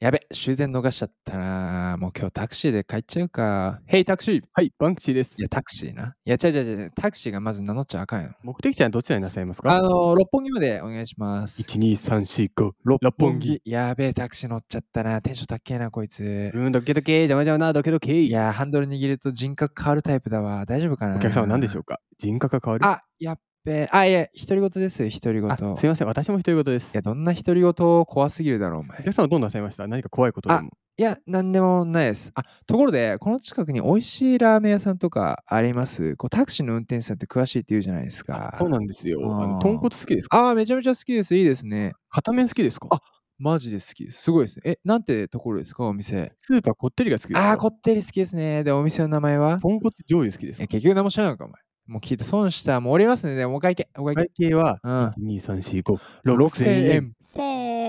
やべ、終電逃しちゃったな。もう今日タクシーで帰っちゃうか。ヘイタクシーいはい、バンクシーです。や、タクシーな。いや、違う違う違う。タクシーがまず名乗っちゃあかんよ。目的地はどちらになさいますあかの、六本木までお願いします。 ?1、2、3、4、5、六本木。。やべえ、タクシー乗っちゃったな。テンション高っけえな、こいつ。うん、ドキドキ、邪魔邪魔な、ドキドキ。いや、ハンドル握ると人格変わるタイプだわ。大丈夫かなお客様何でしょょうか人格が変わるあ、やっべえ。あ、いや、独り言です、独り言。いあすいません、私も独り言です。や、どんな独り言怖すぎるだろう、おお前。客様どうなさいました何か怖いことでも。いや、なんでもないです。あ、ところで、この近くに美味しいラーメン屋さんとかありますこうタクシーの運転手さんって詳しいって言うじゃないですか。そうなんですよ。ああのー豚骨好きですかああ、めちゃめちゃ好きです。いいですね。片面好きですかあマジで好きです。すごいですね。え、なんてところですかお店。スーパーこってりが好きですかああ、こってり好きですね。で、お店の名前は豚骨醤油好きですえ、か結局何も知らないのか、お前。もう聞いて損した。もうおりますね。でもお会計。お会計。会計はうん。 2、3、4、5、 6000 6000円。円。せ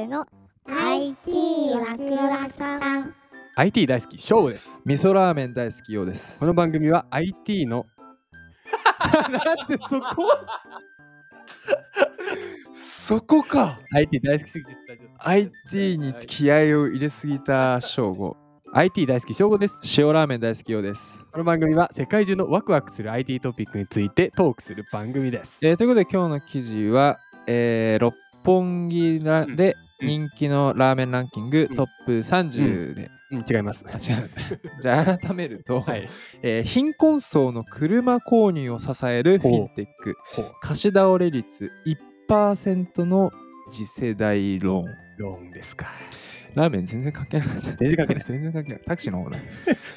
ーの IT ワクワクさん IT 大好き、ショウです。味噌ラーメン大好きよう です。この番組は IT のなんでそこ そこか IT 大好きすぎて大丈夫 IT に気合を入れすぎた正吾 IT 大好き、ショウです。塩ラーメン大好きようです、この番組は世界中のワクワクする IT トピックについてトークする番組です。えーということで今日の記事は、えー六本木なうんでうん人気のラーメンランキング、うんトップ30で、うん違います。あ違 うじゃあ改めると、はい。えー貧困層の車購入を支えるフィンテックほう貸し倒れ率1%の次世代ローンローンですか。ラーメン全然関係なかった。全然関係ない。 全然関係ない。タクシーの方だ。い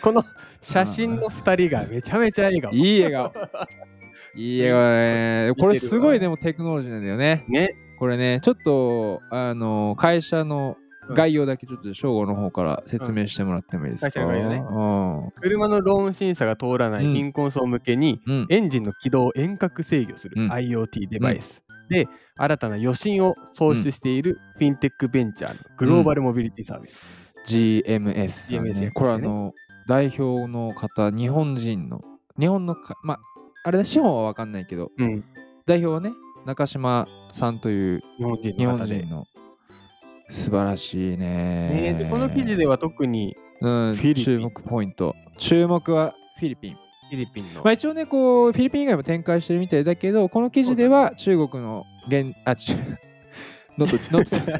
この写真の2人がめちゃめちゃ笑顔。い笑顔。いい笑顔だ ね。これすごい見てでもテクノロジーなんだよね。ね。これね、ちょっと、あの、会社の概要だけちょっと正吾の方から説明してもらってもいいですか。会社の概要ねね。車のローン審査が通らないうん貧困層向けに、うん。エンジンの起動を遠隔制御すうるん IoT デバイス。で新たな余震を創出しているフィンテックベンチャーのグローバルモビリティサービス。 GMS さんね、 GMS ねこれあの、代表の方、日本人の、日本のか、まあ、あれだ、資本は分かんないけど、うん代表はね、中島さんという日本人日の本方で人。の素晴らしいねね。でこの記事では特にうん、フィリピン注目ポイント。注目はフィリピン。フィリピンのまあ、一応ね、こう、フィリピン以外も展開してるみたいだけど、この記事では中国の現、あ、中、 ノッ ト、ノット、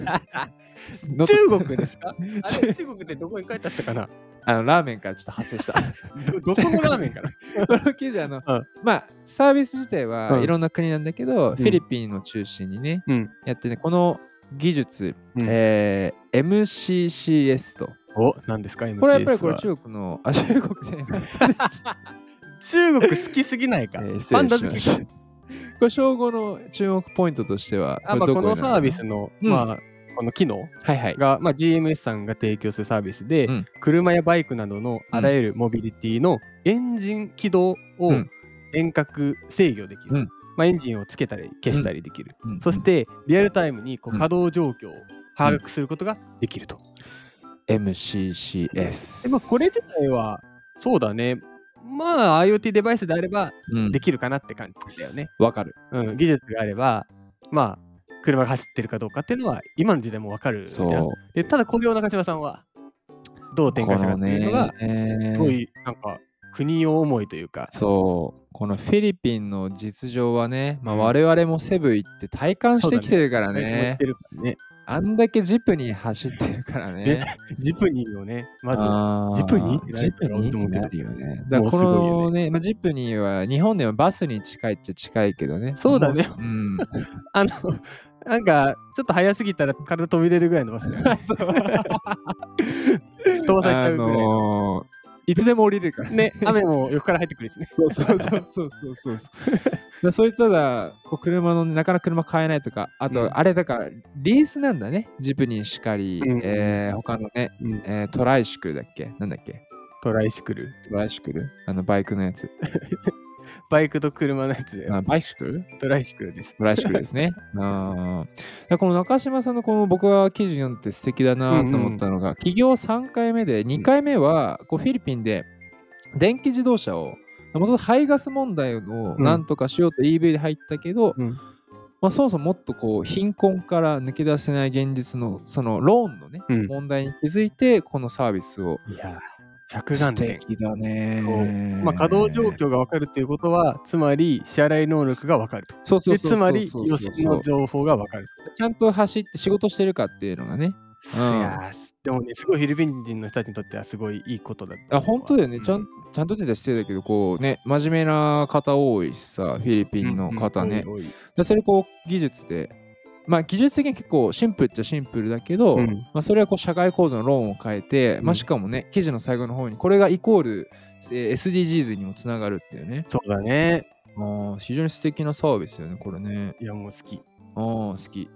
ノット中国で すかあ中れ中国ってどこに書いてあったかなあの、ラーメンからちょっと発生した。 どどこのラーメンかなこの記事、あの、うんまあ、サービス自体うはんいろんな国なんだけど、フィリピンを中心にね、うん。やってね、この技術、うんえー MCCS と。お、何ですか MCS これはやっぱりこれは中国の、あ、中国じゃない。中国好きすぎないか。えー失パン礼ダし好まきし。た。これ、称号の注目ポイントとしては、あまあ、れこどのになるサービスの、うんまあ、この機能はいはい。が、まあ、GMS さんが提供するサービスで、うん車やバイクなどのあらゆるモビリティのエンジン起動をうん遠隔制御できる、うんまあ、エンジンをつけたり消したりできる、うんそしてリアルタイムにこううん稼働状況を把握することができると。 MCCS。でまあ、これ、自体はそうだねまあ IoT デバイスであればうんで、きるかなって感じだよね。わかる。うん、技術があればまあ車が走ってるかどうかっていうのは今の時代もわかるじゃそん。う。でただこれを中島さんはどう展開したかっていうのがこのねすごいなんか国を思いというかそう。このフィリピンの実情はね、まあ、うん我々もセブ行って体感してきてるからやっね。てるからねあんだけジプニー走ってるからね。ジプニーをねまずあージプニーってなジるプニーってなるよね。だからもうすこごいよねのね、まあ、ジプニーは日本ではバスに近いっちゃ近いけどね。そうだねも うん。あのなんかちょっと早すぎたら体飛び出るぐらいのバスだよ ね あ搭載しちゃうぐらいののーいつでも降りれるからね。ね雨も横から入ってくるしねそうそうそうそうそうそうそう。そういったら、こう車のね、なかなか車買えないとか、あうんと、あれだから、リースなんだね。ジプニーしかり、うんえー他のね、うんえートライシクルだっけなんだっけトライシクルトライシクルあの、バイクのやつ。バイクと車のやつであバイシクルトライシクルですトライシクルです ね。あーでこの中島さんのこの僕は記事読んでて素敵だなと思ったのが、起業3回目で2回目はこうフィリピンで電気自動車をもともと排ガス問題をなんとかしようと EV で入ったけど、うんまあ、そもそももっとこう貧困から抜け出せない現実のそのローンのね、うん問題に気づいてこのサービスをいやー、着眼素点。敵だねそう。まあ、稼働状況が分かるということは、つまり支払い能力が分かると。そうそうでそうつそうまり、そうそうそう吉の情報が分かる。ちゃんと走って仕事してるかっていうのがね。いやーでもね、すごいフィリピン人の人たちにとってはすごいいいことだった。あ本当だよね、ちゃうんちゃんと出た姿勢だけど、こうね、真面目な方多いしさ、フィリピンの方ね。うんうんでそれこう技術で、まあ技術的に結構シンプルっちゃシンプルだけど、うんまあ、それはこう社会構造のローンを変えて、うんまあ、しかもね、記事の最後の方に、これがイコール、えー SDGs にもつながるっていうね。そうだね。ああ、非常に素敵なサービスよね、これね。いや、もう好き。ああ、好き。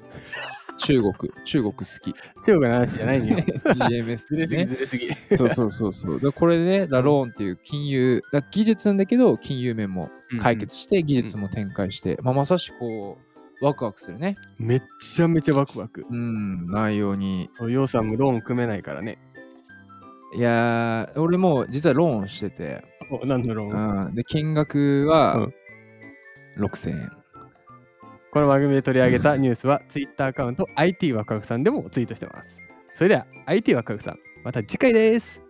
中国、中国好き。中国の 話じゃない よ。 GMS ずですれぎね。ずれすぎ。 そうそうそうそう。だからこれでね、だローンっていう金融、だ技術なんだけど、金融面も解決して、技術も展開して、まあ、まさしくこう、ワクワクするね。めっちゃめちゃワクワク。うん、内容に。そう、ようさんもローン組めないからね。いやー、俺もう実はローンしてて、お何のローンうん、で、金額うはん6000円。この番組で取り上げたニュースは Twitter アカウント IT ワクワクさんでもツイートしてます。それでは IT ワクワクさん、また次回です。